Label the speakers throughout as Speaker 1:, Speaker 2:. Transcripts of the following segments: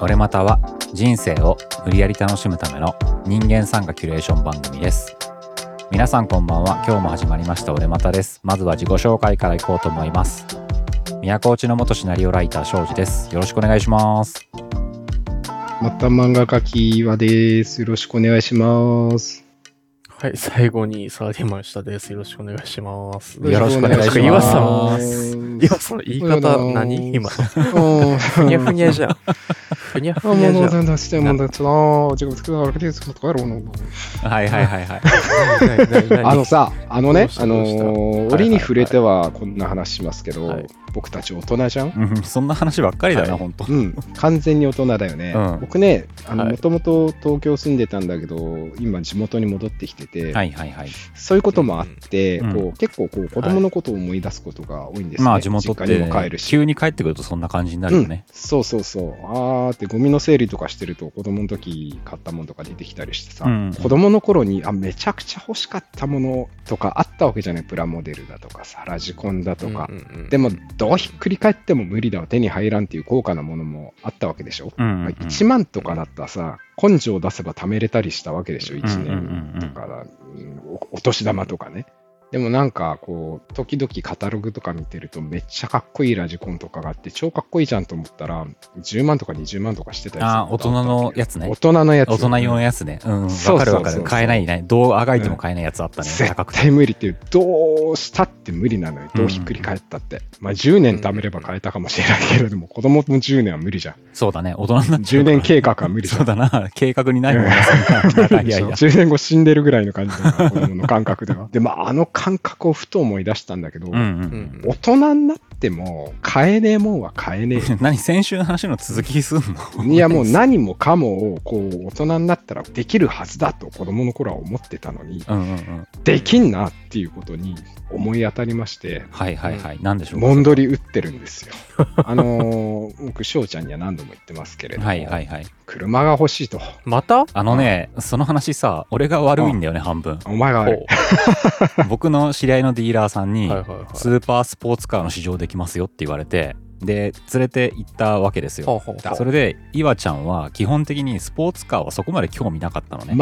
Speaker 1: 俺または人生を無理やり楽しむための人間参加キュレーション番組です皆さんこんばんは今日も始まりました俺またですまずは自己紹介からいこうと思います宮古内の元シナリオライター庄司ですよろしくお願いします
Speaker 2: また漫画家きわです。よろしくお願いします。
Speaker 3: はい、最後にサーディマン下です。よろしくお願いします。
Speaker 1: よろしくお願いします
Speaker 3: 岩さ
Speaker 2: ん
Speaker 3: ん、岩さんの言い方何今。ふにゃふにゃ じゃん。ふにゃ
Speaker 2: あ、
Speaker 3: ふ
Speaker 2: もう
Speaker 3: にゃじゃん。
Speaker 2: 全然してもんだちょっと、自分作らなくて、ちょっとやろうな。
Speaker 1: はいはいはいはい
Speaker 3: 何何何
Speaker 2: あのさ、あのね
Speaker 3: どうし、た
Speaker 2: あの
Speaker 3: どうした
Speaker 2: ー、
Speaker 3: はい
Speaker 2: 折に触れてはこんな話しますけど、
Speaker 3: はい
Speaker 2: 僕たち大人じゃん
Speaker 1: うん そんな話ばっかりだな、
Speaker 3: はい
Speaker 1: 本当
Speaker 2: うん、完全に大人だよね。
Speaker 1: うん
Speaker 2: 僕ね、あの、
Speaker 3: はい
Speaker 2: もともと東京住んでたんだけど、今地元に戻ってきてて、
Speaker 1: はいはいはい
Speaker 2: そういうこともあって、
Speaker 1: うん
Speaker 2: こう結構こう子供のことを思い出すことが多いんですね。
Speaker 1: まあ地元って
Speaker 2: 実家にも帰るし。
Speaker 1: 急に帰ってくるとそんな感じになるよね、
Speaker 2: うん、そうそうそうあーってゴミの整理とかしてると子供の時買ったものとか出てきたりしてさ、
Speaker 1: うん
Speaker 2: 子供の頃にあめちゃくちゃ欲しかったものとかあったわけじゃないプラモデルだとかさラジコンだとか、
Speaker 3: うんうんうん
Speaker 2: でもどうひっくり返っても無理だわ手に入らんっていう高価なものもあったわけでしょ、
Speaker 1: うんうんうん
Speaker 2: 1万とかだったらさ根性を出せば貯めれたりしたわけでしょ1
Speaker 1: うんうんうんうん
Speaker 2: 年だからうんおお年玉とかねでもなんかこう時々カタログとか見てるとめっちゃかっこいいラジコンとかがあって超かっこいいじゃんと思ったら10万とか20万とかしてたり
Speaker 1: あー大人のやつね
Speaker 2: 大人のやつ
Speaker 1: 大人用のやつね。うん、
Speaker 2: そ
Speaker 1: わか
Speaker 2: う
Speaker 1: るわか
Speaker 2: そ
Speaker 1: る。
Speaker 2: うそう
Speaker 1: 買えないね。どうあがいても買えないやつあったね。高
Speaker 2: 絶
Speaker 1: くて。
Speaker 2: 対無理っていうどうしたって無理なのよどうひっくり返ったって、まあ10年貯めれば買えたかもしれないけれども子供も10年は無理じゃん
Speaker 1: そうだね。大人になっちゃ
Speaker 2: 10
Speaker 1: うから
Speaker 2: 年計画は無理じゃ
Speaker 1: そ
Speaker 2: ん
Speaker 1: うだな。計画にないもんな、そんな。 いやいや。
Speaker 2: 10年後死んでるぐらいの感じだから、子供の感覚 では。で、まあ、あの感覚をふと思い出したんだけど、
Speaker 1: うんう
Speaker 3: うん
Speaker 1: ん
Speaker 2: 大人になっても、買えねえもんは買え ね
Speaker 1: うん。何先週の話の続きすん
Speaker 2: え。
Speaker 1: の
Speaker 2: いや、もう何もかもを、こう、大人になったらできるはずだと子供の頃は思ってたのに、
Speaker 1: うんうんうん。
Speaker 2: できんなっていうことに思い当たりまして、
Speaker 1: はいはいはい。何でしょうか
Speaker 2: もんどり打ってるんですよ。あのー、 僕、翔ちゃんには何度も言ってますけれども、
Speaker 1: はいはいはい。
Speaker 2: 車が欲しいと。
Speaker 3: また
Speaker 1: あのね、その話さ、俺が悪いんだよね、半分。
Speaker 2: お前が悪い
Speaker 3: ほ
Speaker 1: 僕の知り合いのディーラーさん
Speaker 3: う
Speaker 1: に
Speaker 3: はい、はいはい。
Speaker 1: スーパースポーツカーの試乗できますよって言われて、で、連れて行ったわけですよ。
Speaker 3: ほうほうほう
Speaker 1: それで、いわちゃんは基本的にスポーツカーはそこまで興味なかったのね。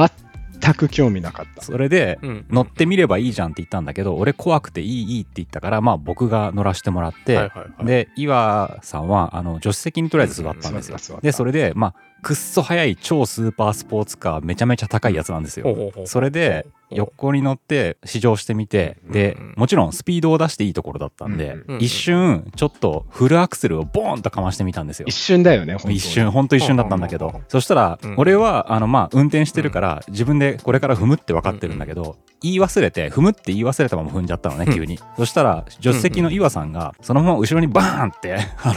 Speaker 2: 全く興味なかった。
Speaker 1: それで、
Speaker 3: うん
Speaker 1: 乗ってみればいいじゃんって言ったんだけど俺怖くていいいいって言ったからまあ僕が乗らせてもらって、
Speaker 3: はいはいはい
Speaker 1: で岩さんはあの助手席にとりあえず座ったんです
Speaker 2: 座
Speaker 1: よ
Speaker 2: った座った
Speaker 1: でそれでまあくっそ速い超スーパースポーツカーめちゃめちゃ高いやつなんです
Speaker 3: ほう
Speaker 1: よ
Speaker 3: ほうほう
Speaker 1: それで横に乗って試乗してみてで
Speaker 3: うん
Speaker 1: もちろんスピードを出していいところだったんで
Speaker 2: うん
Speaker 3: うん
Speaker 1: 一瞬ちょっとフルアクセルをボーンとかましてみたんですよ
Speaker 2: 一瞬だよね、本当に
Speaker 1: 一瞬ほんと一瞬だったんだけ
Speaker 3: うんうん
Speaker 1: ど
Speaker 3: うん
Speaker 1: そしたら
Speaker 3: うん
Speaker 1: 俺はあのまあ運転してるから自分でこれから踏むって分かってるんだけど言い忘れて踏むって言い忘れたまま踏んじゃったのね
Speaker 3: うん
Speaker 1: 急にそしたら助手席の岩さんがそのまま後ろにバーンって あ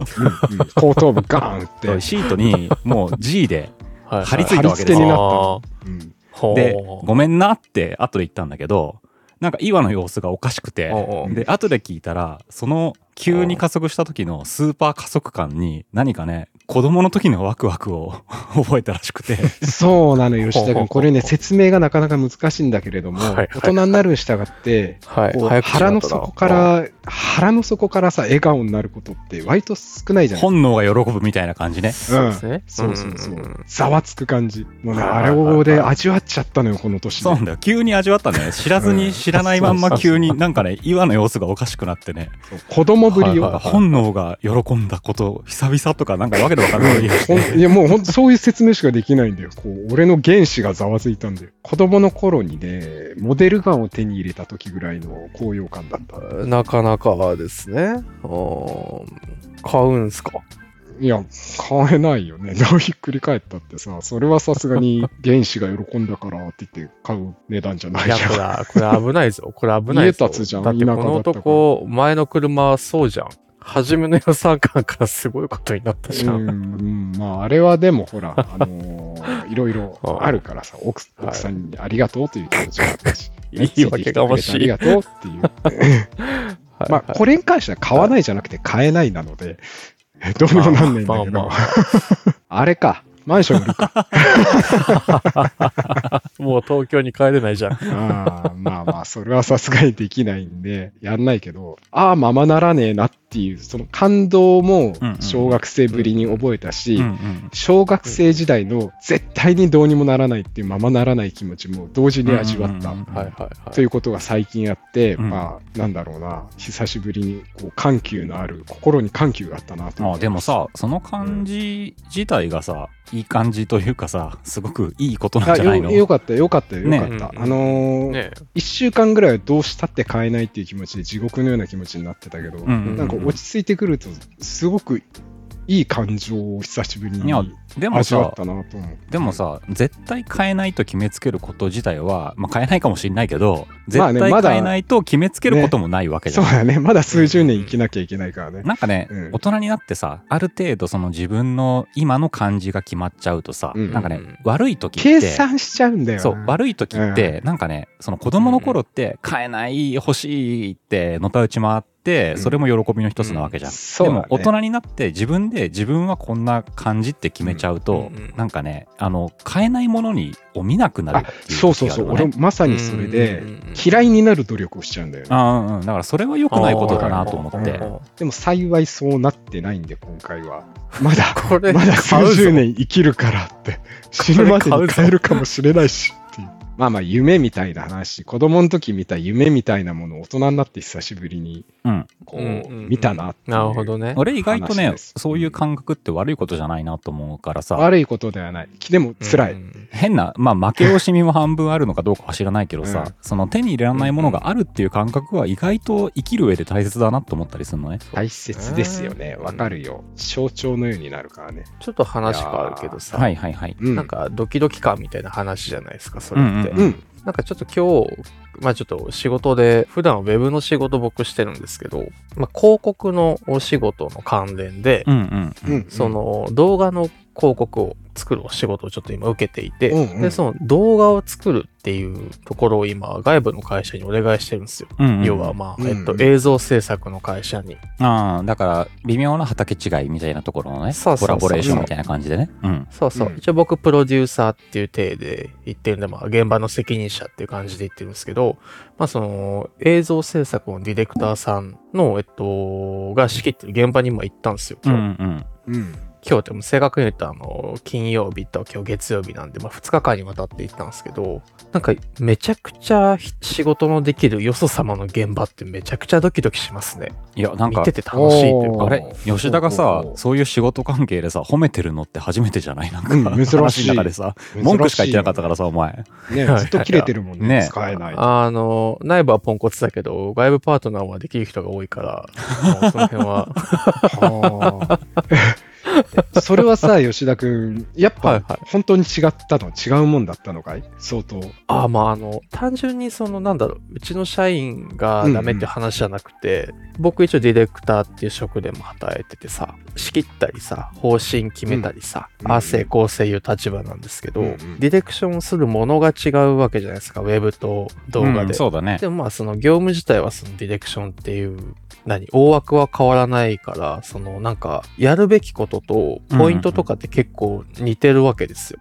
Speaker 2: うん後頭部ガーンっ
Speaker 1: の
Speaker 2: て。
Speaker 1: シートにもう G で
Speaker 3: はいはい
Speaker 1: 張り付いたわけです
Speaker 2: 張り付けにな
Speaker 1: よ
Speaker 2: っ
Speaker 3: あー
Speaker 2: うん
Speaker 3: ほう
Speaker 1: でごめんなって後で言ったんだけどなんか岩の様子がおかしくて
Speaker 3: おうおう
Speaker 1: で後で聞いたらその急に加速した時のスーパー加速感に何かね子供の時のワクワクを 覚えたらしくて。
Speaker 2: そうなのよ、吉田
Speaker 3: ほうほうほ
Speaker 2: 君。
Speaker 3: う
Speaker 2: これね、説明がなかなか難しいんだけれども、
Speaker 3: はいはい
Speaker 2: 大人になるに従って、
Speaker 3: はい
Speaker 2: こう腹
Speaker 3: 早口になった
Speaker 2: の
Speaker 3: な
Speaker 2: 底から、腹の底からさ、笑顔になることって、割と少ないじゃない
Speaker 1: 本能が喜ぶみたいな感じね。
Speaker 3: そうですね
Speaker 2: そうそうそ
Speaker 3: んんん
Speaker 2: う。ざわつく感じ。もうね、
Speaker 3: はい
Speaker 2: あれをで味わっちゃったのよ、この年
Speaker 1: そうなん
Speaker 2: で。
Speaker 1: だよ。急に味わったん だよね。知らず
Speaker 2: う
Speaker 1: に
Speaker 2: ん
Speaker 1: 知らないまんま急になんかね、岩の様子がおかしくなってね、
Speaker 2: そう子供ぶり
Speaker 3: はい
Speaker 2: よ
Speaker 3: は。
Speaker 1: 本能が喜んだこと、久々とかなんかわけでわかんないこと言い出し
Speaker 2: ほん
Speaker 1: て。
Speaker 2: いや、もう本当そういう説明しかできないんだよ。こう、俺の原子がざわついたんだよ。子供の頃にね、モデルガンを手に入れた時ぐらいの高揚感だった。
Speaker 3: なかなかですね。おー買うんすか
Speaker 2: いや、買えないよね。 どうひっくり返ったってさ、それはさすがに原子が喜んだからって言って買う値段じゃない
Speaker 3: い
Speaker 2: じ
Speaker 3: や、
Speaker 2: ゃん。
Speaker 3: これ、これ危ないぞ。これ危ないぞ。
Speaker 2: 家建つじゃん
Speaker 3: だってこの
Speaker 2: 田舎だったか
Speaker 3: 男、前の車、そうじゃん。初めの予算感からすごいことになったじゃ。
Speaker 2: うんん、うんまあ、あれはでもほら、あのーいろいろあるからさ、奥
Speaker 3: はい
Speaker 2: 奥さんにありがとうという気持ちがあったし、
Speaker 3: 言い訳がまし
Speaker 2: あり
Speaker 3: い。
Speaker 2: がとうっていう。
Speaker 3: はい
Speaker 2: まあ、これに関しては買わないじゃなくて買えないなので、どうにもなんないんだけど、
Speaker 3: まあまあま
Speaker 2: あれか。マンション売るか。
Speaker 3: もう東京に帰れないじゃん。
Speaker 2: あーまあまあ、それはさすがにできないんで、やんないけど、ああ、ままならねえなっていう、その感動も
Speaker 1: うんうん
Speaker 2: 小学生ぶりに覚えたし、
Speaker 1: うんうん
Speaker 2: 小学生時代の絶対にどうにもならないっていうままならない気持ちも同時に味わった
Speaker 1: うんうんうん
Speaker 3: はいはいはい。
Speaker 2: ということが最近あって、
Speaker 1: うん
Speaker 2: まあなんだろうな久しぶりにこう緩急のある心に緩急があったなと
Speaker 1: あでもさその感じ自体がさいい感じというかさすごくいいことなん
Speaker 2: あ
Speaker 1: じゃない
Speaker 2: よ
Speaker 1: の
Speaker 2: よかったよよかったよよ
Speaker 1: ね
Speaker 2: かった、
Speaker 3: うん
Speaker 2: あのー
Speaker 3: ねえ
Speaker 2: 1週間ぐらいはどうしたって買えないっていう気持ちで地獄のような気持ちになってたけど、
Speaker 1: うんうんうん
Speaker 2: なんか落ち着いてくるとすごくいい感情を久しぶり
Speaker 1: い
Speaker 2: に
Speaker 1: やでも
Speaker 2: 味わっ
Speaker 1: さ
Speaker 2: たなと思う
Speaker 1: でもさ絶対変えないと決めつけること自体は、まあ、変えないかもしれないけど絶
Speaker 2: まあね
Speaker 1: 対
Speaker 2: まだ
Speaker 1: 変えないと決めつけることもないわけじ
Speaker 2: そ
Speaker 1: ゃ、
Speaker 2: うんだねまだ数十年生きなきゃいけないからね、
Speaker 1: なんかね、
Speaker 2: うん
Speaker 1: 大人になってさある程度その自分の今の感じが決まっちゃうとさ、
Speaker 2: うん
Speaker 1: なんかね
Speaker 3: うん
Speaker 1: 悪い時って
Speaker 2: 計算しちゃうんだよな
Speaker 1: そう悪い時って、なんかねその子供の頃って買えない欲しいってのたうち回って、
Speaker 2: うん
Speaker 1: それも喜びの一つなわけじゃん、
Speaker 2: そう
Speaker 1: で
Speaker 2: だ
Speaker 1: も
Speaker 2: ね
Speaker 1: 大人になって自分で自分はこんな感じって決めちゃうと、
Speaker 3: うんうんうん
Speaker 1: なんかねあの買えないものにを見なくなる
Speaker 2: あ
Speaker 1: っていう
Speaker 2: そうそ
Speaker 1: 時
Speaker 2: う
Speaker 1: がある
Speaker 2: そう、
Speaker 1: よ
Speaker 2: 俺
Speaker 1: ね。
Speaker 2: まさにそれで
Speaker 3: うんうんうん
Speaker 2: 嫌いになる努力をしちゃうんだよね
Speaker 1: あうんうん、だからそれは良くないことだなと思っ
Speaker 2: あ
Speaker 1: て
Speaker 2: ーでも幸いそうなってないんで今回はまだ
Speaker 3: これ、
Speaker 2: まだ
Speaker 3: 買う
Speaker 2: 数
Speaker 3: ぞ
Speaker 2: 十年生きるから って死ぬまでに変えるかもしれないしっていうまあまあ夢みたいな話子供の時見た夢みたいなものを大人になって久しぶりに
Speaker 1: うん
Speaker 2: こ
Speaker 3: うんう
Speaker 2: うん
Speaker 3: うん
Speaker 2: 見たなっていう
Speaker 3: なるほどね。
Speaker 1: 俺意外と
Speaker 2: 話
Speaker 1: ね
Speaker 2: です
Speaker 1: そういう感覚って悪いことじゃないなと思うからさ
Speaker 2: 悪いことではないでも辛い、
Speaker 3: うん
Speaker 1: 変なまあ負け惜しみも半分あるのかどうかは知らないけどさ、
Speaker 2: うん
Speaker 1: その手に入れられないものがあるっていう感覚は意外と生きる上で大切だなと思ったりするのね。
Speaker 2: 大切ですよね
Speaker 3: うん
Speaker 2: わかるよ象徴のようになるからね
Speaker 3: ちょっと話変わるけどさ、
Speaker 1: はいはいはい。
Speaker 2: うん
Speaker 3: なんかドキドキ感みたいな話じゃないですか、それって。
Speaker 1: うん
Speaker 2: うん
Speaker 3: なんかちょっと今日、まあちょっと仕事で、普段はウェブの仕事僕してるんですけど、まあ広告のお仕事の関連で、
Speaker 1: うんうん
Speaker 2: うんうん
Speaker 3: その動画の広告を作るお仕事をちょっと今受けていて、
Speaker 2: うんうん
Speaker 3: で、その動画を作るっていうところを今外部の会社にお願いしてるんですよ。
Speaker 1: うんうん
Speaker 3: 要はまあ、
Speaker 2: うん
Speaker 3: えっと、映像制作の会社に。
Speaker 1: ああだから微妙な畑違いみたいなところのね
Speaker 3: そうそうそう
Speaker 1: コラボレーションみたいな感じでね。うん
Speaker 3: そうそう、
Speaker 2: うん
Speaker 3: 一応僕プロデューサーっていう体で言ってるんで、まあ、現場の責任者っていう感じで言ってるんですけど、まあ、その映像制作のディレクターさんの、えっと、が仕切ってる現場にも行ったんですよ
Speaker 1: うん
Speaker 3: 今日、
Speaker 1: うん
Speaker 2: うん
Speaker 3: 今日ってもう正確に言うとあの金曜日と今日月曜日なんで、まあ、2日間にわたって行ったんですけどなんかめちゃくちゃひ仕事のできるよそ様の現場ってめちゃくちゃドキドキしますね
Speaker 1: いやなん
Speaker 3: 見
Speaker 1: か
Speaker 3: てて楽しいという
Speaker 2: お
Speaker 3: か
Speaker 1: あ
Speaker 2: ー
Speaker 1: れ吉田がさ
Speaker 2: おうおう
Speaker 1: そういう仕事関係でさ褒めてるのって初めてじゃないなんか、
Speaker 2: うん珍しい
Speaker 1: 話の中でさ文句しか言ってなかったからさお前
Speaker 2: ねずっと切れてるもんね
Speaker 1: ね
Speaker 2: 使えない
Speaker 3: あの、内部はポンコツだけど、外部パートナーはできる人が多いから、もうその 辺は。
Speaker 2: はあそれはさ、吉田君、やっ
Speaker 3: はい
Speaker 2: ぱ
Speaker 3: は
Speaker 2: 本当に違ったの、違うもんだったのかい相当。
Speaker 3: ああ、まあ、あの、単純にその、なんだろう、うちの社員がダメっていう話じゃなくて、僕一応ディレクターっていう職でも働いててさ、仕切ったりさ、方針決めたりさ、
Speaker 2: うん
Speaker 3: 亜生、構成いう立場なんですけど、
Speaker 2: うんうん
Speaker 3: ディレクションするものが違うわけじゃないですか、ウェブと動画で。
Speaker 1: うんそうだね
Speaker 3: でもまあその業務自体はそのディレクションっていう何大枠は変わらないからそのなんかやるべきこととポイントとかって結構似てるわけですよ。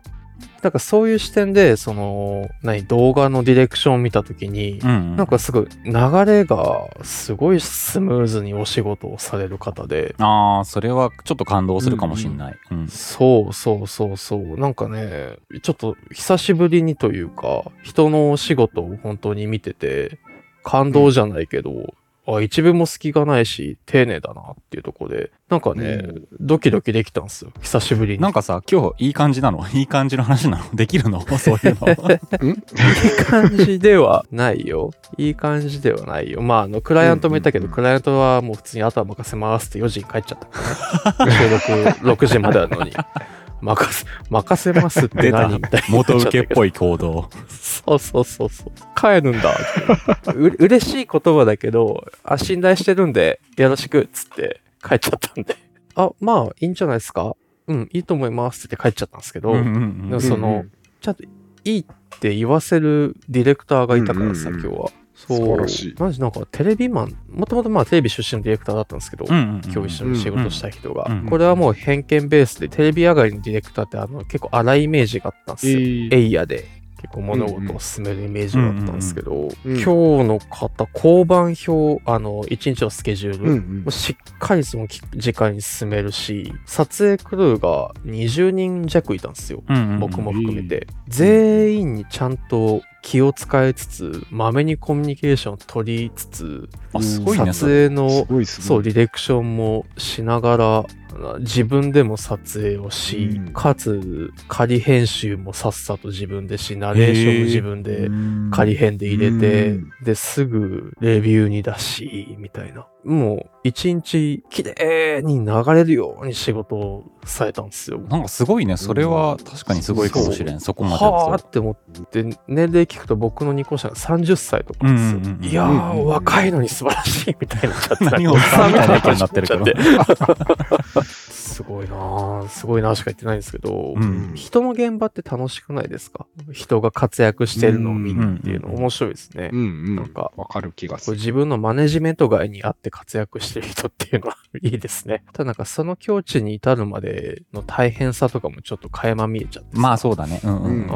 Speaker 3: なんかそういう視点でその何動画のディレクションを見た時に
Speaker 1: うんうん
Speaker 3: なんかすごい流れがすごいスムーズにお仕事をされる方で
Speaker 1: ああそれはちょっと感動するかもしんない、うん
Speaker 3: そうそうそうそう。なんかね、ちょっと久しぶりにというか、人のお仕事を本当に見てて、感動じゃないけど、あ、一部も隙がないし、丁寧だなっていうところで、なんかね、
Speaker 2: うん
Speaker 3: ドキドキできたんですよ。久しぶりに。
Speaker 1: なんかさ今日いい感じな のいい感じの話なの できるのそういうの
Speaker 3: いい感じではないよ。いい感じではないよ。まあ、あの、クライアントもいたけど、
Speaker 2: うんうんうん
Speaker 3: クライアントはもう普通に後は任せますって4時に帰っちゃったからね。収録6時までな のに。任せ、任せますって
Speaker 1: 出た
Speaker 3: 何みたいになっち ゃ
Speaker 1: 元
Speaker 3: た
Speaker 1: 請け
Speaker 3: けど。
Speaker 1: っぽい行動
Speaker 3: そうそうそうそう。帰るんだ。う嬉しい言葉だけど、あ、信頼してるんで、よろしくっつって帰っちゃったんで。あ、まあ、いいんじゃないですかうん、いいと思いますって帰っちゃったんですけど、
Speaker 1: うんうん
Speaker 3: で
Speaker 1: う
Speaker 3: も
Speaker 1: ん
Speaker 3: その
Speaker 2: うんうん
Speaker 3: ちゃんといいって言わせるディレクターがいたからさ、
Speaker 2: うんうんうん
Speaker 3: 今日は。そう
Speaker 2: 素晴らしい
Speaker 3: マジなんかテレビマンもともとまあテレビ出身のディレクターだったんですけど、
Speaker 1: うんうんうんうん
Speaker 3: 今日一緒に仕事した人が、
Speaker 1: うんうん
Speaker 3: これはもう偏見ベースでテレビ上がりのディレクターってあの結構荒いイメージがあったんですよ、
Speaker 2: え
Speaker 3: エ
Speaker 2: え
Speaker 3: イヤで結構物事を進めるイメージがあったんですけど、
Speaker 2: うんうん
Speaker 3: 今日の方交番表あの1日のスケジュール、
Speaker 2: うん
Speaker 3: もうしっかりその時間に進めるし撮影クルーが20人弱いたんですよ
Speaker 1: うんうんうん
Speaker 3: 僕も含めて、全員にちゃんと気を使いつつまめにコミュニケーションを取りつつ
Speaker 1: あすごいね
Speaker 3: 撮
Speaker 1: それ
Speaker 3: 影
Speaker 2: うん。す
Speaker 3: の
Speaker 2: ごいすごい。
Speaker 3: そうディレクションもしながら自分でも撮影をし、
Speaker 2: うん
Speaker 3: かつ仮編集もさっさと自分でしナレーションも自分で
Speaker 1: うん
Speaker 3: 仮編で入れて、
Speaker 2: うん
Speaker 3: ですぐレビューに出しみたいなもう一日きれいに流れるように仕事をされたんですよ。
Speaker 1: なんかすごいねそれは確かにすごいかもしれんそこまでや
Speaker 3: は
Speaker 1: る
Speaker 3: あって思って年齢聞くと僕の2個下が30歳とか
Speaker 1: うん
Speaker 3: で
Speaker 1: う
Speaker 3: すよ。
Speaker 1: んうん
Speaker 3: いや
Speaker 2: うん
Speaker 3: ー、
Speaker 2: うんうん
Speaker 3: 若いのに素晴らしいみたいになっちゃっ て。
Speaker 1: 何を言ったみたいな意見になってるけど
Speaker 3: おっさんみたいな感じになっちゃってすごいなーすごいなーしか言ってないんですけど、
Speaker 1: うん
Speaker 3: 人の現場って楽しくないですか人が活躍してるのを見るっていうの
Speaker 1: うん
Speaker 3: 面白いですね。
Speaker 2: うんうん。
Speaker 3: なんか
Speaker 2: わかる気がす
Speaker 3: こう
Speaker 2: る。
Speaker 3: 自分のマネジメント外にあって活躍してる人っていうのは いいですね。ただなんかその境地に至るまでの大変さとかもちょっと垣間見えちゃってさ
Speaker 1: まあそうだねうんうんうん
Speaker 3: うん、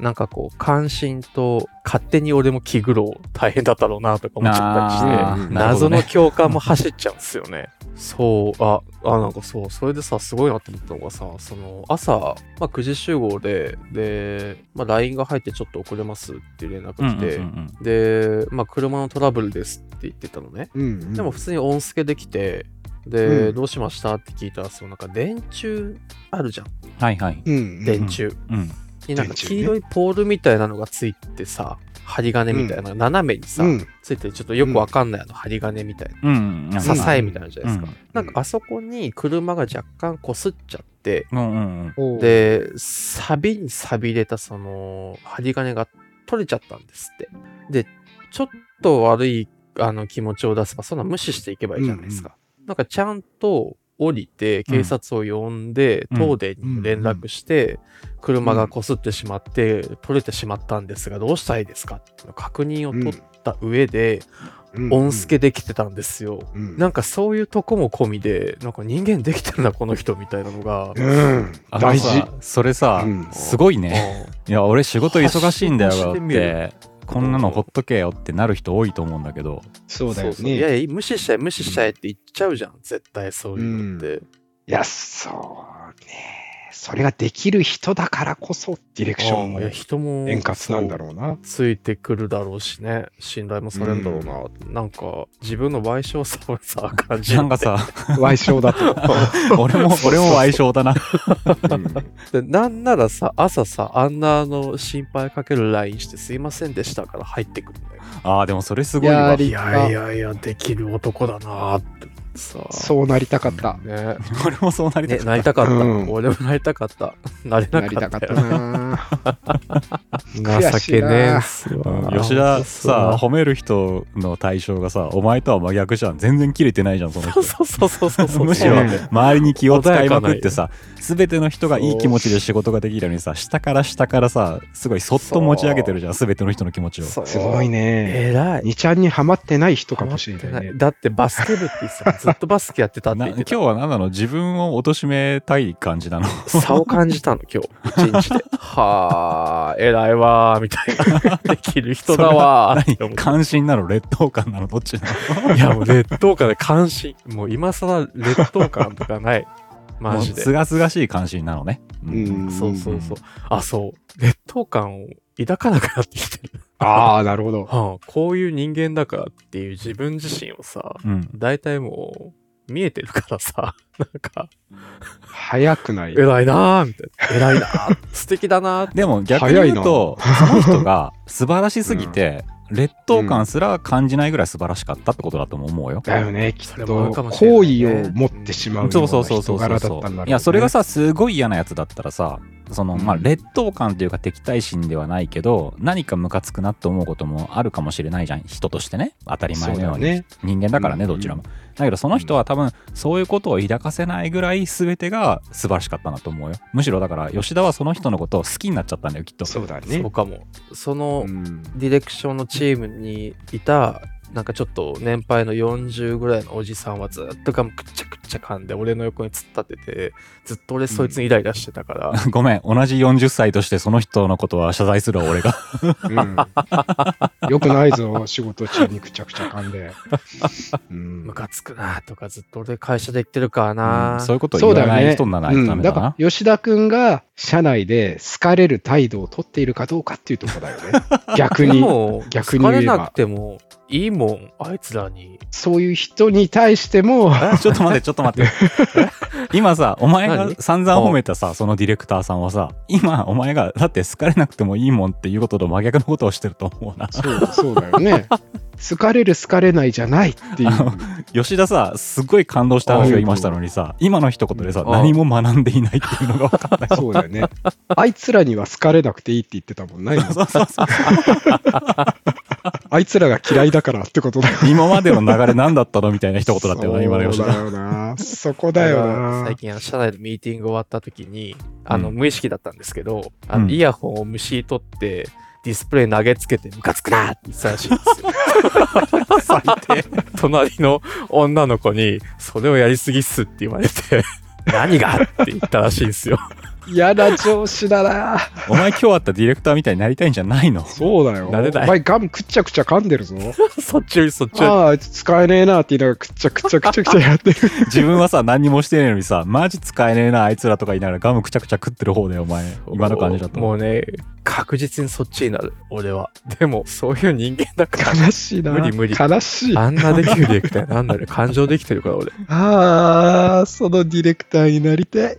Speaker 3: なんかこう関心と勝手に俺も気苦労大変だったろうなとか思っちゃったりして
Speaker 1: あー
Speaker 2: うん
Speaker 1: なるほ
Speaker 3: 謎
Speaker 1: どね
Speaker 3: の共感も走っちゃうんですよね。 そうああなんかそうそれでさすごいなって思ったのがさその朝、まあ、9時集合でで、まあ、LINE が入ってちょっと遅れますっていう連絡来て、
Speaker 1: うんうんうん
Speaker 3: で、まあ、車のトラブルですって言ってたのね。
Speaker 2: うんうん。
Speaker 3: でも普通に音付けできてで、
Speaker 2: うん
Speaker 3: どうしましたって聞いたらそのなんか電柱あるじゃん
Speaker 1: はいはい
Speaker 2: うんうん。
Speaker 3: 電柱。
Speaker 1: うん
Speaker 3: になん
Speaker 2: 電柱ね
Speaker 3: か黄色いポールみたいなのがついてさ針金みたいなのが斜めにさ、
Speaker 2: うん
Speaker 3: ついてるちょっとよくわかんないあの針金みたいな、
Speaker 1: うんなん
Speaker 3: 支
Speaker 1: か
Speaker 3: えみたいなのじゃないですか、
Speaker 2: うん
Speaker 3: なんかあそこに車が若干こすっちゃって
Speaker 1: うんうんうん
Speaker 2: おう、
Speaker 3: で錆に錆びれたその針金が取れちゃったんですってでちょっと悪いあの気持ちを出せばそんな無視していけばいいじゃないですか、なんかちゃんと降りて警察を呼んで、
Speaker 1: うん
Speaker 3: 東電にも連絡して、車がこすってしまって取れてしまったんですがどうしたらいいですかっていうのを確認を取った上で、
Speaker 2: うん
Speaker 3: 音付けできてたんですよ、
Speaker 2: うん
Speaker 3: なんかそういうとこも込みでなんか人間できてるなこの人みたいなのが、
Speaker 2: うん。
Speaker 1: あの
Speaker 2: 大
Speaker 1: さ
Speaker 2: 事。
Speaker 1: それさ
Speaker 2: うん
Speaker 1: すごいねいや俺仕事忙しいんだよ
Speaker 3: 発信して
Speaker 1: っ
Speaker 3: みる
Speaker 1: てこんなのほっとけよってなる人多いと思うんだけど
Speaker 2: そうだよ
Speaker 3: い
Speaker 2: ね。
Speaker 3: やいや無視しちゃえ無視しちゃえって言っちゃうじゃん絶対そういうのって、
Speaker 2: いや、そうね。それができる人だからこそ、ディレクション
Speaker 3: あ
Speaker 2: も
Speaker 3: ーいや人も
Speaker 2: 円滑なんだろうな。
Speaker 3: ついてくるだろうしね信頼もされるんだろうな、なんか自分の賠償さをさ感じる
Speaker 1: なんかさ
Speaker 2: 賠償 だと。
Speaker 1: 俺も俺も相性だな
Speaker 2: うん
Speaker 3: でなんならさ朝さあんなあの心配かける LINE して「すいませんでした」から入ってくるんだよ
Speaker 1: あーでもそれすごい
Speaker 2: や
Speaker 1: わ
Speaker 2: りあ
Speaker 3: やいやできる男だなーってさ
Speaker 2: そうなりたかった。
Speaker 3: ね
Speaker 1: 俺もそうなりた
Speaker 3: ね
Speaker 1: い
Speaker 3: なりたかった、
Speaker 2: うん
Speaker 3: 俺もなりたかったなれ
Speaker 2: な
Speaker 3: な
Speaker 2: りた
Speaker 3: かっ
Speaker 2: かったた
Speaker 3: よ
Speaker 2: な。悔
Speaker 3: 情
Speaker 2: しい
Speaker 3: け
Speaker 2: な
Speaker 3: ねえんすわ
Speaker 1: 吉田さ
Speaker 3: そう
Speaker 1: 褒める人の対象がさお前とは真逆じゃん全然切れてないじゃんその人
Speaker 3: そうそうそうそうそ う
Speaker 1: むしろ
Speaker 2: うん
Speaker 1: 周りに気を使いまくってさ全ての人がいい気持ちで仕事ができるのにさ下から下からさすごいそっと持ち上げてるじゃん全ての人の気持ちを
Speaker 3: そう
Speaker 2: すごいね。
Speaker 3: 偉い
Speaker 2: 二ちゃんにハマってない人かもしれ
Speaker 3: ハマ
Speaker 2: な
Speaker 3: っ
Speaker 2: い
Speaker 3: て
Speaker 2: ね
Speaker 3: ない。だってバスケ部って言ってたもんずっとバスケやってたって
Speaker 1: な
Speaker 3: 言っ
Speaker 1: 今
Speaker 3: て
Speaker 1: 日
Speaker 3: た
Speaker 1: は何なの自分を貶めたい感じなの
Speaker 3: 差を感じたの今日一 日ではあ偉いわーみたいなできる人だわー
Speaker 1: 何
Speaker 3: って思った
Speaker 1: 関心なの劣等感なのどっちなの
Speaker 3: いやもう劣等感で関心もう今更劣等感と かないマジで
Speaker 1: もうすがすがしい関心なのね、
Speaker 2: うん
Speaker 3: そうそうそうあそう劣等感を抱かなくなってきてる、
Speaker 2: ああ、なるほど。
Speaker 3: はあ、こういう人間だからっていう自分自身をさ
Speaker 1: うん
Speaker 3: 大体もう見えてるからさなんか
Speaker 2: 早く ない。
Speaker 3: 偉いなーみたいな偉いなー素敵だなー
Speaker 1: でも逆に言うとその人が素晴らしすぎて、劣等感すら感じないぐらい素晴らしかったってことだとも思うよ、
Speaker 2: だよね、き
Speaker 3: そ
Speaker 2: っ
Speaker 3: れもあ
Speaker 2: と
Speaker 3: るか。もしれない
Speaker 2: 好
Speaker 3: ね
Speaker 2: 意を持ってしまうよう
Speaker 1: そう
Speaker 2: な
Speaker 1: そうそう
Speaker 2: 人
Speaker 1: そう
Speaker 2: 柄だ
Speaker 1: そ
Speaker 2: っ
Speaker 1: う
Speaker 2: た
Speaker 1: そ
Speaker 2: んだろう
Speaker 1: う
Speaker 2: ね。
Speaker 1: いやそれがさすごい嫌なやつだったらさその、まあ、
Speaker 2: うん
Speaker 1: 劣等感というか敵対心ではないけど何かムカつくなって思うこともあるかもしれないじゃん人としてね当たり前のように
Speaker 2: そうだよね
Speaker 1: 人間だからね
Speaker 2: うん
Speaker 1: どちらも、だけどその人は多分そういうことを抱かせないぐらい全てが素晴らしかったなと思うよむしろだから吉田はその人のことを好きになっちゃったんだよきっと
Speaker 2: そうだね
Speaker 3: そう。かも。その
Speaker 2: うん
Speaker 3: ディレクションのチームにいた、なんかちょっと年配の40ぐらいのおじさんはずっとがむくちゃくちゃ噛んで俺の横に突っ立ててずっと俺そいつにイライラしてたから、
Speaker 1: ごめん同じ40歳としてその人のことは謝罪するわ俺が
Speaker 2: うんよくないぞ、仕事中にくちゃくちゃ噛んで。うん
Speaker 3: ムカつくなとかずっと俺会社で言ってるからな、
Speaker 1: うんそういうことを言わない人にならないとダメだ
Speaker 2: うん
Speaker 1: な
Speaker 2: から吉田君が社内で好かれる態度を取っているかどうかっていうところだよ ね。逆
Speaker 3: で
Speaker 2: に。
Speaker 3: も
Speaker 2: 逆に
Speaker 3: 好
Speaker 2: 言
Speaker 3: かれ
Speaker 2: えば
Speaker 3: なくてもいいもんあいつらに
Speaker 2: そういう人に対し ても、
Speaker 1: ちょっと待ってちょっと待って 今さお前が
Speaker 3: 何
Speaker 1: 散々褒めたさそのディレクターさんはさ今お前がだって好かれなくてもいいもんっていうことと真逆のことをしてると思うな
Speaker 2: そうそうだよね。好かれる好かれないじゃないっていう。
Speaker 1: 吉田さすっごい感動した話を言いましたのにさ今の一言でさ
Speaker 3: うん
Speaker 1: 何も学んでいないっていうのが分かんない
Speaker 2: そうだよね。あいつらには好かれなくていいって言ってたもんね。今
Speaker 1: そうそうそう
Speaker 2: あいつらが嫌いだからってことだよ。
Speaker 1: 今までの流れ何だったのみたいな一言だったよな今の吉
Speaker 2: そう
Speaker 1: 田
Speaker 2: だよな。そこだよ な。
Speaker 3: 最近あの社内でミーティング終わった時にあの、
Speaker 1: うん
Speaker 3: 無意識だったんですけどあの、
Speaker 1: うん
Speaker 3: イヤホンをむしり取ってディスプレイ投げつけてムカつくなって言ってたらしいんです よ。最低隣の女の子に「それをやりすぎっす」って言わ れて「何が?」って言ったらしいんですよ。
Speaker 2: 嫌な上司だな。
Speaker 1: お前今日会ったディレクターみたいになりたいんじゃないの
Speaker 2: そうだよ。
Speaker 3: 慣れない
Speaker 2: お前ガムくっちゃくちゃ噛んでるぞ。
Speaker 3: そっちよりそっちよ
Speaker 2: ああ、使えねえなって言いながらくっちゃくちゃくちゃくちゃやってる。
Speaker 1: 自分はさ何にもしてねえのにさマジ使えねえなあいつらとか言いながらガムくちゃくちゃ食ってる方だよお前
Speaker 3: り
Speaker 1: 今の感じだと
Speaker 3: もうね確実にそっちになる俺は。でもそういう人間だか ら。
Speaker 2: 悲しいな。
Speaker 3: 無理無理
Speaker 2: 悲しい。あ
Speaker 3: あんなできるディレクターになんだよ感情できてるから俺。
Speaker 2: あ、そのディレクターになりたい。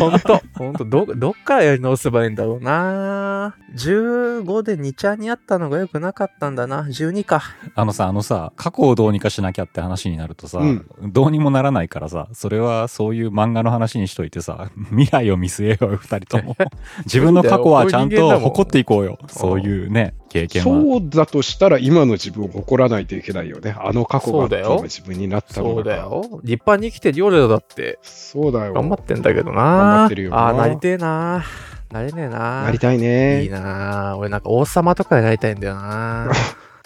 Speaker 3: 本当本当ど、どっからやり直せばいいんだろうな15で2ちゃんにあったのが良くなかったんだな。12か。
Speaker 1: あのさあのさ過去をどうにかしなきゃって話になるとさ、
Speaker 2: うん
Speaker 1: どうにもならないからさそれはそういう漫画の話にしといてさ 未来を見据えようよ二人とも自分の過去はちゃんと誇っていこうよそういうね経験は
Speaker 2: そうだとしたら今の自分を誇らないといけないよね。あの過去があったのが自分になったの
Speaker 3: そうだ
Speaker 2: が。
Speaker 3: よ。立派に生きてるよ俺らだって。
Speaker 2: そうだよ。
Speaker 3: 頑張ってんだけどな
Speaker 2: 頑張ってるよな
Speaker 3: あー、なりてえななれねえな
Speaker 2: なりたい
Speaker 3: いい
Speaker 2: ね。
Speaker 3: な俺なんか王様とかになりたいんだよな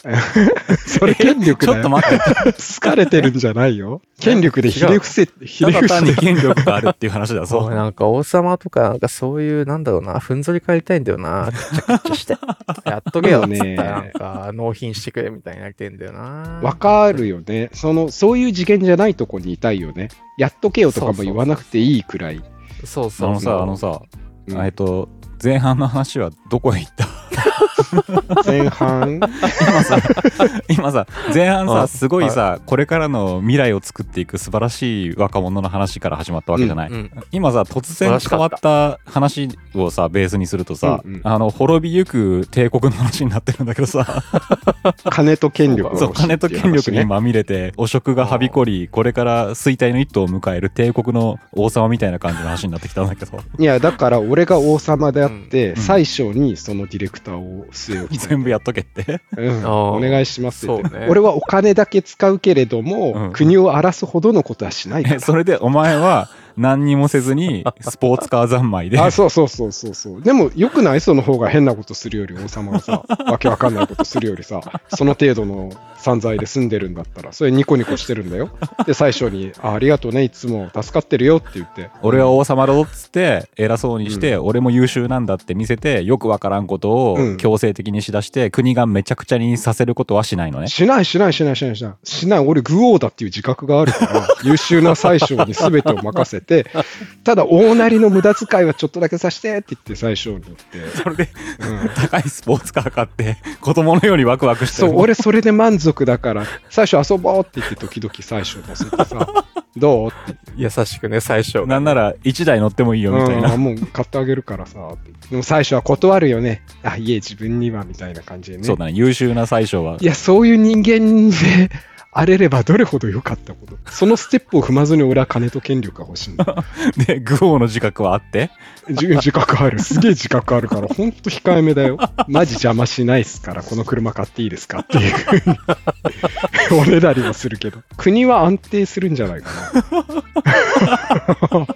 Speaker 2: それ権力
Speaker 1: ち
Speaker 2: だ
Speaker 1: ょっと
Speaker 2: よ。
Speaker 1: 待って
Speaker 2: 好かれてるんじゃないよ。権力でひれ伏せ、ひ
Speaker 1: た
Speaker 2: れ
Speaker 1: だ
Speaker 2: 伏
Speaker 1: 単
Speaker 2: せ
Speaker 1: に。権力があるっていう話だ
Speaker 3: そう
Speaker 1: ぞ
Speaker 3: なんか王様とかなんかそういうなんだろうなふんぞり返りたいんだよなくちゃくちゃして やっとけよっつったらなんか納品してくれみたいになりてえんだよな
Speaker 2: わかるよね。その、そういう次元じゃないとこにいたいよね。やっとけよとかも言わなくていいくらい。
Speaker 3: そうそ
Speaker 1: あ
Speaker 3: う
Speaker 1: のさあのさ、
Speaker 2: うん
Speaker 1: えっと前半の話はどこへ行った
Speaker 2: 前半
Speaker 1: 今さ今さ前半
Speaker 3: う
Speaker 1: さ
Speaker 3: ん
Speaker 1: すごいさこれからの未来を作っていく素晴らしい若者の話から始まったわけじゃない、
Speaker 3: うん、
Speaker 1: 今さ突
Speaker 3: 晴
Speaker 1: 然
Speaker 3: らしか
Speaker 1: 変
Speaker 3: っ
Speaker 1: わ
Speaker 3: た
Speaker 1: った話をさベースにするとさ、
Speaker 2: うんうん
Speaker 1: あの滅びゆく帝国の話になってるんだけどさ
Speaker 2: 金と権力が
Speaker 1: そう
Speaker 2: 欲しい
Speaker 1: 金と
Speaker 2: っていう
Speaker 1: 権力
Speaker 2: 話
Speaker 1: に
Speaker 2: ね。
Speaker 1: まみれて汚職がはびこりこれから衰退の一途を迎える帝国の王様みたいな感じの話になってきたんだけど
Speaker 2: いや、だから俺が王様であって、
Speaker 1: ん
Speaker 2: 最初にそのディレクターを据え置きたい。
Speaker 1: 全部やっとけって
Speaker 2: うん
Speaker 3: あー
Speaker 2: お願いしますって言って
Speaker 3: そうね
Speaker 2: 俺はお金だけ使うけれども、
Speaker 1: うん
Speaker 2: 国を荒らすほどのことはしないか
Speaker 1: えそれでお前は何にもせずにスポーツカー三昧で
Speaker 2: ら。あ、そうそうそうそうそう。でも、よくないその方が変なことするより、王様がさ、 わけわかんないことするよりさ、その程度の散財で住んでるんだったら、それニコニコしてるんだよ。で、最初に、あありがとうね、いつも助かってるよって言って。
Speaker 1: 俺は王様だぞっつって偉そうにして、俺も優秀なんだって見せてよくわからんこと
Speaker 2: う
Speaker 1: を
Speaker 2: ん
Speaker 1: 強制的にしだして、国がめちゃくちゃにさせることはしないのね。
Speaker 2: しないしないしないしないしない。しない。俺、グオーだっていう自覚があ るから、優秀な最初に全てを任せて、ただ、大なりの無駄遣いはちょっとだけさせてって言って、最初に言って。
Speaker 1: それで
Speaker 2: うん
Speaker 1: 高いスポーツカー買って子供のようにワクワクして
Speaker 2: そう、俺それで満足だから、最初遊ぼうって言って、時々最初乗せて さ、どうって
Speaker 3: 優しくね最初
Speaker 1: なんなら1台乗ってもいいよみたいな、
Speaker 2: うん、もう買ってあげるからさ、ってでも最初は断るよね。あ、いえ、自分にはみたいな感じでね。
Speaker 1: そうだね優秀な最初は
Speaker 2: や、そういう人間で、あれればどれほど良かったこと。そのステップを踏まずに俺は金と権力が欲しいんだ。
Speaker 1: で、グオーの自覚はあって、
Speaker 2: じ自覚ある。すげえ自覚あるから、ほんと控えめだよ。マジ邪魔しないっすから、この車買っていいですかっていう ふうにおねだりはするけど。国は安定するんじゃないか な。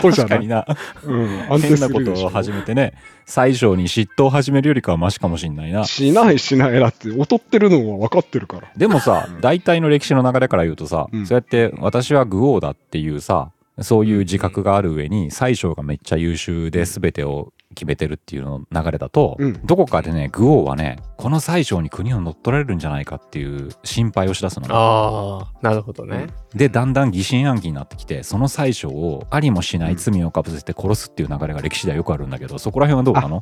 Speaker 2: そうじ
Speaker 1: 確
Speaker 2: ゃな
Speaker 1: か
Speaker 2: い
Speaker 1: にな、
Speaker 2: うん、安定
Speaker 1: 変な
Speaker 2: す
Speaker 1: こ
Speaker 2: る
Speaker 1: と
Speaker 2: でし
Speaker 1: を
Speaker 2: ょ
Speaker 1: 始めてね、最小に嫉妬を始めるよりかはマシかもしんないな。
Speaker 2: しないしないだって劣ってるのは分かってるから
Speaker 1: でもさ
Speaker 2: う、ん
Speaker 1: 大体の歴史の流れから言うとさ、
Speaker 2: うん
Speaker 1: そうやって私はグオーだっていうさ、そういう自覚がある上に、最小がめっちゃ優秀で全てを決めてるっていうの流れだと、
Speaker 2: うん
Speaker 1: どこかでね、グオーはね、この最小に国を乗っ取られるんじゃないかっていう心配をしだすのね。
Speaker 3: ああ、なるほどね。
Speaker 1: で、だんだん疑心暗鬼になってきて、その最小をありもしない罪をかぶせて殺すっていう流れが歴史ではよくあるんだけど、そこら辺はどうなの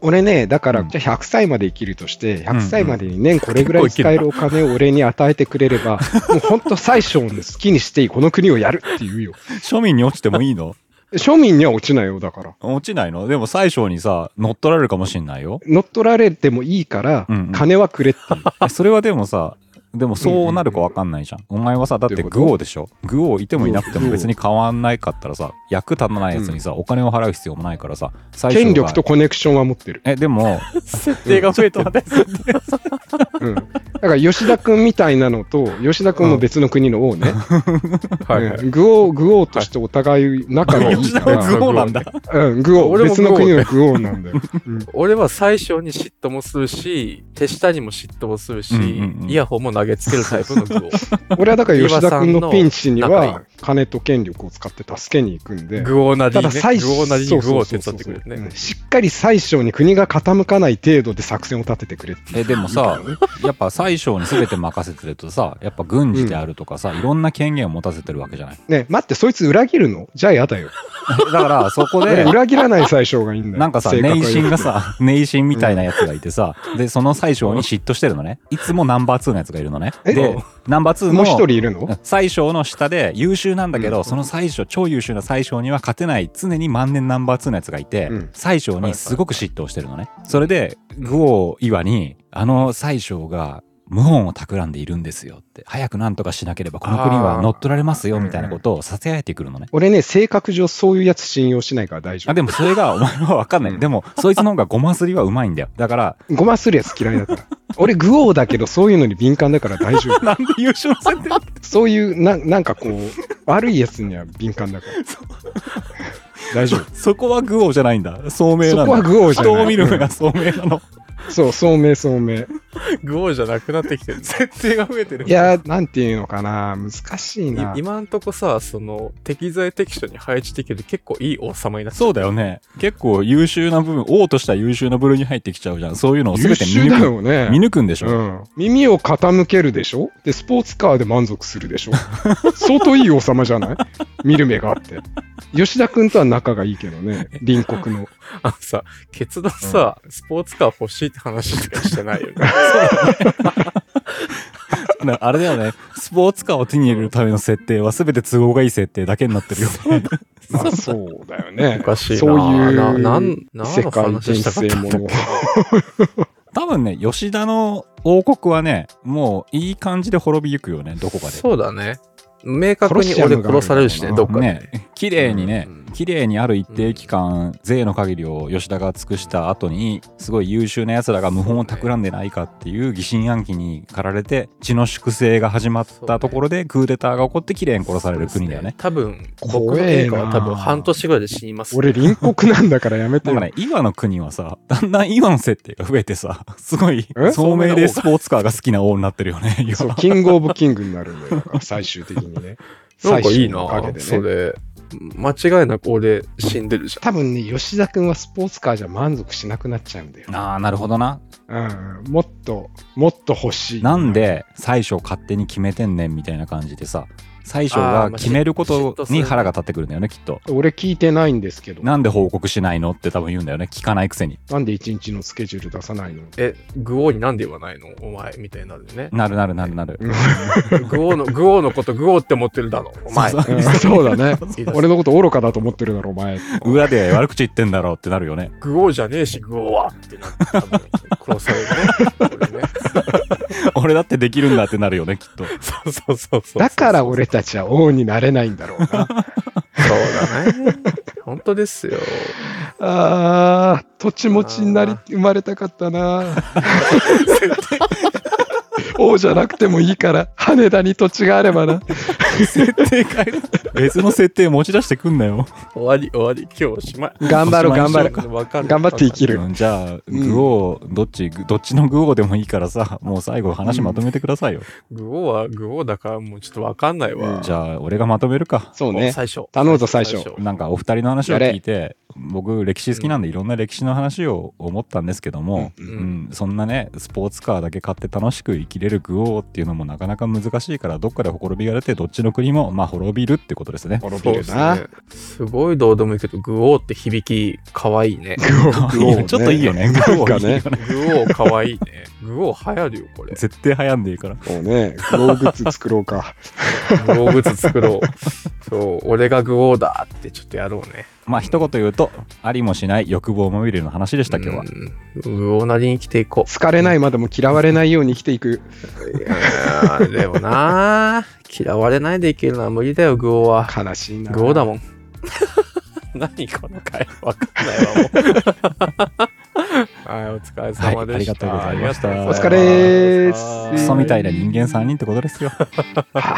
Speaker 2: 俺ねだから、
Speaker 1: うん
Speaker 2: じゃあ100歳まで生きるとして
Speaker 1: うん
Speaker 2: 100歳までに年これぐらい使えるお金を俺に与えてくれ れば、もうほんと最小の好きにしていいこの国をやるっていうよ
Speaker 1: 庶民に落ちてもいいの
Speaker 2: 庶民には落ちないよだから
Speaker 1: 落ちないのでも最小にさ、乗っ取られるかもしんない よ。
Speaker 2: 乗っ取られてもいいから、
Speaker 1: うんうん
Speaker 2: 金はくれっていう
Speaker 1: えそれはでもさでもそうなるかわかんないじゃん、お前はさだって
Speaker 2: どういうこと
Speaker 1: グオーでしょグオーいてもいなくても別に変わんないかったらさ役立たないやつにさ、お金を払う必要もないからさ最初は
Speaker 2: 権力とコネクションは持ってる、
Speaker 1: えで も
Speaker 3: 設定が増えた。
Speaker 2: うん、だから吉田君みたいなのと吉田君も別の国の王ね、
Speaker 3: はいはい。
Speaker 2: うんグオーグオーとしてお互い仲 がいい
Speaker 1: 吉
Speaker 2: か
Speaker 1: 田
Speaker 2: ら、
Speaker 1: はグオーなんだ
Speaker 2: うん、グオー
Speaker 3: 俺も
Speaker 2: 別の国のグオーなん だよ、うん
Speaker 3: 俺は最初に嫉妬もするし、手下にも嫉妬もするし、
Speaker 1: うんうんうん
Speaker 3: イヤホンも投げつけるタイプ のグ
Speaker 2: 俺はだから吉田君のピンチに
Speaker 3: 岩さんの
Speaker 2: は金と権力を使って助けに行くん
Speaker 3: オ。
Speaker 2: で。
Speaker 3: グオなり
Speaker 2: た
Speaker 3: に
Speaker 2: だ
Speaker 3: ね。
Speaker 2: 最
Speaker 3: グオなり
Speaker 2: そ
Speaker 3: に
Speaker 2: う
Speaker 3: グ
Speaker 2: そう
Speaker 3: オを手
Speaker 2: そうそ
Speaker 3: 伝
Speaker 2: う
Speaker 3: ってくれる
Speaker 2: う
Speaker 3: ね
Speaker 2: ん。しっかり最小に国が傾かない程度で作戦を立ててくれっていう
Speaker 1: えでもさやっぱ最小に全て任せてるとさやっぱ軍事であるとかさ、いろんな権限を持たせてるわけじゃない
Speaker 2: ね待ってそいつ裏切るのじゃあやだよ
Speaker 1: だからそこ
Speaker 2: 俺
Speaker 1: で
Speaker 2: 裏切らない最小がいいんだよ
Speaker 1: なんかさ、
Speaker 2: 性格は
Speaker 1: 内心がさ、内心みたいなやつがいてさ、で、その最小に嫉妬してるのね。いつもナンバー2のやつがいるのね。
Speaker 2: え
Speaker 1: で、ナンバー2の、
Speaker 2: もう一人いるの
Speaker 1: 最小の下で優秀なんだけど、
Speaker 2: う
Speaker 1: その最小超優秀な最小には勝てない常に万年ナンバー2のやつがいて、
Speaker 2: うん
Speaker 1: 最小にすごく嫉妬してるのね、それでグオー岩にあの最小が謀反を企んでいるんですよって早くなんとかしなければこの国は乗っ取られますよみたいなことをさせられてくるのね、
Speaker 2: 俺ね性格上そういうやつ信用しないから大丈
Speaker 1: あでもそれがお前は分かんない、
Speaker 2: うん
Speaker 1: でもそいつの方がごますりはうまいんだよだ から
Speaker 2: 夫ごまするやつ嫌いだから俺グオーだけどそういうのに敏感だから大 丈夫
Speaker 1: なんで優勝戦で
Speaker 2: そういうななんかこう悪いやつには敏感だから大丈夫
Speaker 1: そこはグオーじゃないんだ聡明なんだ
Speaker 2: そこはグオーじゃない
Speaker 1: 人を見る目が聡明なの
Speaker 2: そう聡明聡明
Speaker 3: グオじゃなくなっ てきてる。設定が増えてる
Speaker 2: いやー、なんていうのかな、難しい
Speaker 3: い
Speaker 2: な。
Speaker 3: 今んとこさ、その、適材適所に配置できる結構いい王様になって
Speaker 1: そうだよね。結構優秀な部分、王としては優秀な部類に入ってきちゃうじゃん。そういうのを全て見
Speaker 2: 優秀だ
Speaker 1: 抜く。
Speaker 2: よね。
Speaker 1: 見抜くんでしょ、
Speaker 2: うん、耳を傾けるでしょで、スポーツカーで満足するでしょ 相当いい王様じゃない見る目があって。吉田君とは仲がいいけどね、隣 国の。
Speaker 3: あのさ、決断さ、スポーツカー欲しいって話しかしてないよ ね。
Speaker 1: なあれだよね。スポーツカーを手に入れるための設定は全て都合がいい設定だけになってるよね。
Speaker 2: まあ、そうだよね。
Speaker 3: おかしいな
Speaker 2: そういう
Speaker 3: ななん何の
Speaker 2: 世界
Speaker 3: 話
Speaker 2: 人
Speaker 3: したかった
Speaker 2: 生もの。
Speaker 1: 多分ね、吉田の王国はね、もういい感じで滅びゆくよね、どこかで。
Speaker 3: そうだね。明確に俺殺される
Speaker 2: 殺し
Speaker 3: しね、
Speaker 2: ちゃうのがあるんだろうな
Speaker 3: どっかでね。
Speaker 1: ね、綺麗にね、
Speaker 3: うん
Speaker 1: 綺麗にある一定期間、税の限りを吉田が尽くした後にすごい優秀な奴らが謀反を企んでないかっていう疑心暗鬼に駆られて血の粛清が始まったところでクーデターが起こって綺麗に殺される国だよね。
Speaker 3: 多分、僕
Speaker 2: 怖
Speaker 3: の
Speaker 2: え
Speaker 3: 映
Speaker 2: な
Speaker 3: 画は多分半年ぐらいで死にます、
Speaker 2: 俺、隣国なんだからやめて
Speaker 1: だ
Speaker 2: よ
Speaker 1: からね、今の国はさ、だんだん今の設定が増えてさ、 すごい
Speaker 2: え
Speaker 1: 聡明でスポーツカーが好きな王になってるよ ね。今
Speaker 2: そう、キングオブキングになるんだよ、だから最終的にね。
Speaker 3: なんかいい
Speaker 2: 最終
Speaker 3: な
Speaker 2: のおかげ、でね
Speaker 3: それ。間違いなく俺死んでるじゃ
Speaker 2: 多分ね、吉田君はスポーツカーじゃ満足しなくなっちゃうんだよ。
Speaker 1: ああ、なるほどな。
Speaker 2: うん、もっと、もっと欲しい。
Speaker 1: なんで最初勝手に決めてんねんみたいな感じでさ、最初が決めることに腹が立ってくるんだよね、きっと。
Speaker 2: 俺聞いてないんですけど、な
Speaker 1: なんで報告しないのって多分言うんだよね。聞かないくせに。。
Speaker 2: んで一日のスケジュール出さない の
Speaker 3: ん。え、グオーになんで言わないのお前、みたいになるよね
Speaker 1: なるなるなるなる。
Speaker 3: グオーの、グオーのことグオーって思ってるだろ、お前。
Speaker 1: そう
Speaker 2: うんそうだね。
Speaker 3: いいだろ
Speaker 2: 俺のこと愚かだと思ってるだろ、お前。
Speaker 1: 裏で悪口言ってんだろうってなる よね。
Speaker 3: グオーじゃねえし、グオーはってなって多分殺されるね。俺ね
Speaker 1: 俺だってできるんだってなるよね、きっと。
Speaker 3: そうそうそうそう。
Speaker 2: だから俺たちは王になれないんだろう な。
Speaker 3: そうだね。本当ですよ。
Speaker 2: あー、土地持ちになり、生まれたかったな。王じゃなくてもいいから、羽田に土地があればな。
Speaker 1: 設定変える。別の設定持ち出してくんなよ。
Speaker 3: 終わり終わり、今日おしまい。
Speaker 2: 頑張ろう、頑張ろう。
Speaker 3: わかる
Speaker 2: 頑張って生きる。
Speaker 1: じゃあ、グオー、どっち、どっちのグオーでもいいからさ、もう最後話まとめてくださいよ。
Speaker 3: グオは、グオだからもうちょっとわかんないわ。
Speaker 1: じゃあ、俺がまとめるか。
Speaker 2: そうね。
Speaker 3: 最初。
Speaker 2: 頼むぞ最初
Speaker 1: なんかお二人の話を聞いて僕歴史好きなんでいろんな歴史の話を思ったんですけども、
Speaker 2: う
Speaker 1: うん
Speaker 2: ん
Speaker 1: うんそんなねスポーツカーだけ買って楽しく生きれるグオーっていうのもなかなか難しいからどっかでほころびが出てどっちの国もまあ滅びるってことですね。
Speaker 2: 滅
Speaker 3: そうですね。すごいどうでもいいけど、グオーって響き、かわいい ね。
Speaker 2: グオーね
Speaker 1: ちょっといいよねグ
Speaker 2: なん
Speaker 1: オ
Speaker 2: か
Speaker 1: ーいいよ
Speaker 2: ね
Speaker 1: ね。
Speaker 3: グオーかわいいね。グオー流行るよ、これ。
Speaker 1: 絶対早んでいいから。
Speaker 2: そうね。グローグッズ作ろうか。
Speaker 3: グオーグッズ作ろう。 そう、俺がグオーだってちょっとやろうね。
Speaker 1: まあ一言言うとありもしない欲望まみれの話でした今日は。
Speaker 3: うんグオーなりに生きていこう。
Speaker 2: 好かれないまでも嫌われないように生きていく。
Speaker 3: いやーでもなー嫌われないでいけるのは無理だよグオは
Speaker 2: 悲しいな。
Speaker 3: グオだもん 何この会話わかんないわもう はいお疲れ様でした、
Speaker 1: はいありがとうございました
Speaker 3: ありがとうございま
Speaker 2: お疲れーっす
Speaker 1: クソみたいな人間3人ってことですよ。
Speaker 2: はあ